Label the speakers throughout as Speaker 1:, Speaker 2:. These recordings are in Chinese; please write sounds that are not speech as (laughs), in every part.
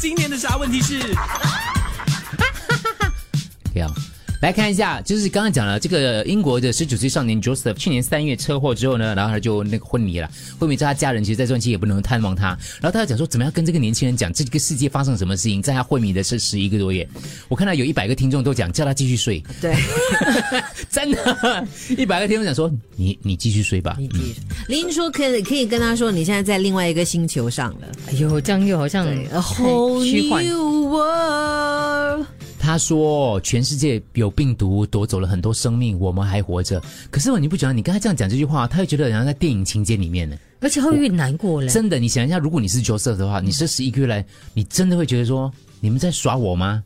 Speaker 1: 今年的啥问题
Speaker 2: (laughs)
Speaker 1: 是？
Speaker 2: 这样。啊来看一下，就是刚刚讲了这个英国的十九岁少年 Joseph，去年三月车祸之后呢，然后他就那个昏迷了。昏迷之后，他家人其实，在这段期间也不能探望他。然后他就讲说，怎么样跟这个年轻人讲这个世界发生什么事情？在他昏迷的是十一个多月，我看到有一百个听众都讲叫他继续睡，
Speaker 3: 对，
Speaker 2: (laughs) 真的，一百个听众讲说你你继续睡吧。
Speaker 3: 你继续。林说可以可以跟他说，你现在在另外一个星球上了
Speaker 4: 哎呦，这样又好像
Speaker 3: ，A whole
Speaker 4: (laughs) 虚幻
Speaker 3: new world。
Speaker 2: 他说，全世界有病毒夺走了很多生命，我们还活着。可是你不觉得你跟他这样讲这句话，他会觉得好像在电影情节里面呢？
Speaker 4: 而且会有点难过嘞。
Speaker 2: 真的，你想一下，如果你是 Joseph 的话，你这十一个月来，你真的会觉得说，你们在耍我吗？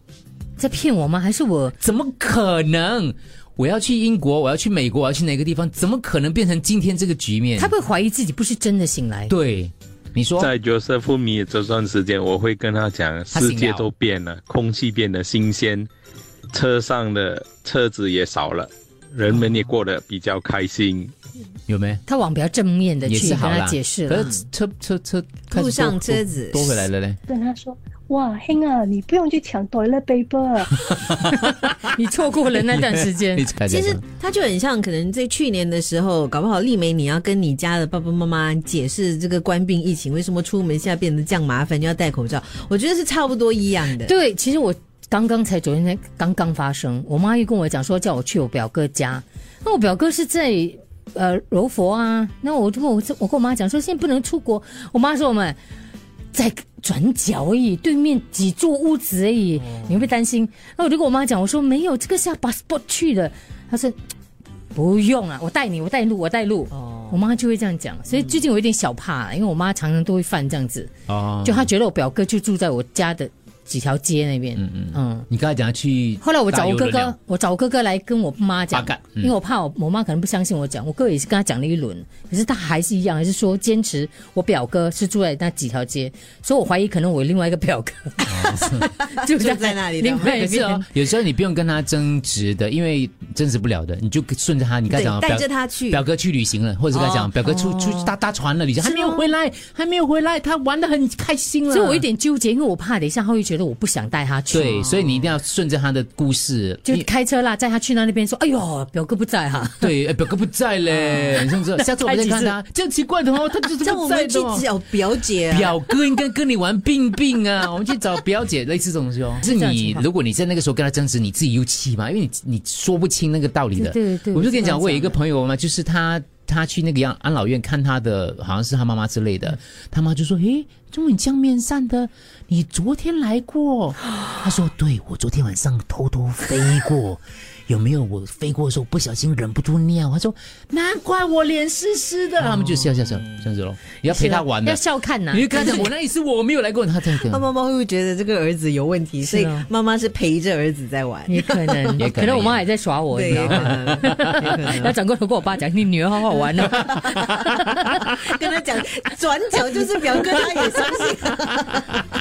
Speaker 4: 在骗我吗？还是我
Speaker 2: 怎么可能？我要去英国，我要去美国，我要去哪个地方？怎么可能变成今天这个局面？
Speaker 4: 他会怀疑自己不是真的醒来？
Speaker 2: 对你说，
Speaker 5: 在角色昏迷这段时间，我会跟他讲，
Speaker 2: 他醒了
Speaker 5: 世界都变了，空气变得新鲜，车上的车子也少了，人们也过得比较开心。
Speaker 2: 有没？
Speaker 4: 他往比较正面的
Speaker 2: 也
Speaker 4: 呃去啊
Speaker 2: 是
Speaker 4: 跟
Speaker 2: 好
Speaker 4: 他
Speaker 2: 啦，
Speaker 4: 解释
Speaker 2: 可
Speaker 4: 了。
Speaker 2: 是车车车开始
Speaker 3: 路上
Speaker 2: 多
Speaker 3: 车子
Speaker 2: 多多回来了嘞。
Speaker 6: 跟他说：“哇，兄啊，你不用去抢 toilet paper，
Speaker 4: 你错过了那段时
Speaker 2: (laughs)
Speaker 4: 间
Speaker 2: 你，才
Speaker 3: 其实他就很像，可能在去年的时候，搞不好丽梅你要跟你家的爸爸妈妈解释这个冠病疫情为什么出门现在变得这样麻烦，要戴口罩。我觉得是差不多一样
Speaker 4: (laughs)
Speaker 3: 的。
Speaker 4: 对，其实我刚刚才昨天才刚刚发生，我妈又跟我讲说叫我去我表哥家，那我表哥是在呃柔佛啊，那我就跟我我跟我妈讲说现在不能出国，我妈说我们在转角而已，对面几座屋子而已，你会不会担心？啊那我就跟我妈讲，我说没有，这个是要 passport 去的，她说。嗯不用啊，我带你，我带路，我带路。哦，我妈就会这样讲，所以最近我有点小怕，因为我妈常常都会犯这样子。
Speaker 2: 哦，
Speaker 4: 就他觉得我表哥就住在我家的几条街那边。嗯嗯
Speaker 2: 你刚才讲要去，
Speaker 4: 后来我找我哥哥，，我找我哥哥来跟我妈讲
Speaker 2: 八嘎，嗯
Speaker 4: 因为我怕我我妈可能不相信我讲，我哥也是跟他讲了一轮，可是他还是一样，还是说坚持我表哥是住在那几条街，所以我怀疑可能我另外一个表哥
Speaker 2: 哦
Speaker 4: (laughs) 住
Speaker 3: 住在那里的
Speaker 4: 另外一
Speaker 2: 是
Speaker 4: 边
Speaker 2: 哦，有时候你不用跟他争执的，因为争执不了的，你就顺着他。你刚才
Speaker 3: 对
Speaker 2: 讲，
Speaker 3: 带
Speaker 2: 表
Speaker 3: 着他去
Speaker 2: 表哥去旅行了，或者跟他讲，
Speaker 3: 哦
Speaker 2: 表哥出出去搭搭船了，旅行还没有回来，还没有回来，他玩的很开心了。
Speaker 4: 所以我有点纠结，因为我怕等一下他会觉得我不想带他去，
Speaker 2: 啊对，所以你一定要顺着他的故事。
Speaker 4: 就
Speaker 2: 你
Speaker 4: 开车啦，载他去那那边说，哎呦，表哥不在哈、
Speaker 2: 对，哎表哥不在
Speaker 3: 哦
Speaker 2: 嘞，你知不知道？下次我们再看他，这样奇怪的哦，他就是
Speaker 3: 像
Speaker 2: 不
Speaker 3: 我
Speaker 2: 在
Speaker 3: 们去
Speaker 2: 的哦。
Speaker 3: 找表姐、
Speaker 2: (laughs)
Speaker 3: 啊，
Speaker 2: 表哥应该跟你玩病病
Speaker 4: (laughs)
Speaker 2: 啊，我们去找表姐类似这种东西哦。是
Speaker 4: 这样
Speaker 2: 你
Speaker 4: 情况
Speaker 2: 如果你在那个时候跟他争执，你自己又气嘛，因为你你说不清那个道理的。
Speaker 4: 对对对
Speaker 2: 我就跟你
Speaker 4: 是这
Speaker 2: 讲，
Speaker 4: 样
Speaker 2: 我有一个
Speaker 4: 讲的
Speaker 2: 朋友嘛，就是他他去那个养安老院看他的，好像是他妈妈之类
Speaker 4: 嗯
Speaker 2: 的，他妈就说：“诶，中文江面上的，你昨天来过？” (gasps) 他说：“对，我昨天晚上偷偷飞过。” (laughs) 有没有我飞过的时候不小心忍不住尿？他说：“难怪我脸湿湿的。他们就笑笑笑这样子咯，你要陪他玩的，
Speaker 4: 嗯
Speaker 2: 啊
Speaker 4: 要笑看呐、
Speaker 2: 你就看着我那里是我没有来过，他这样
Speaker 3: 他
Speaker 2: 讲。
Speaker 3: 妈妈会不会觉得这个儿子有问题？所以妈妈是陪着儿子在玩。
Speaker 4: (laughs) 也可能，
Speaker 2: 也可能
Speaker 4: 我妈也在耍我，你
Speaker 3: 对，啊
Speaker 4: 知道
Speaker 3: 有可
Speaker 4: 吗？
Speaker 3: 能 (laughs) 有可
Speaker 4: (laughs) 她
Speaker 3: 能
Speaker 4: 转过头跟我爸讲：“你女儿好好玩哦。
Speaker 3: 跟他讲转角就是表哥，他也相信。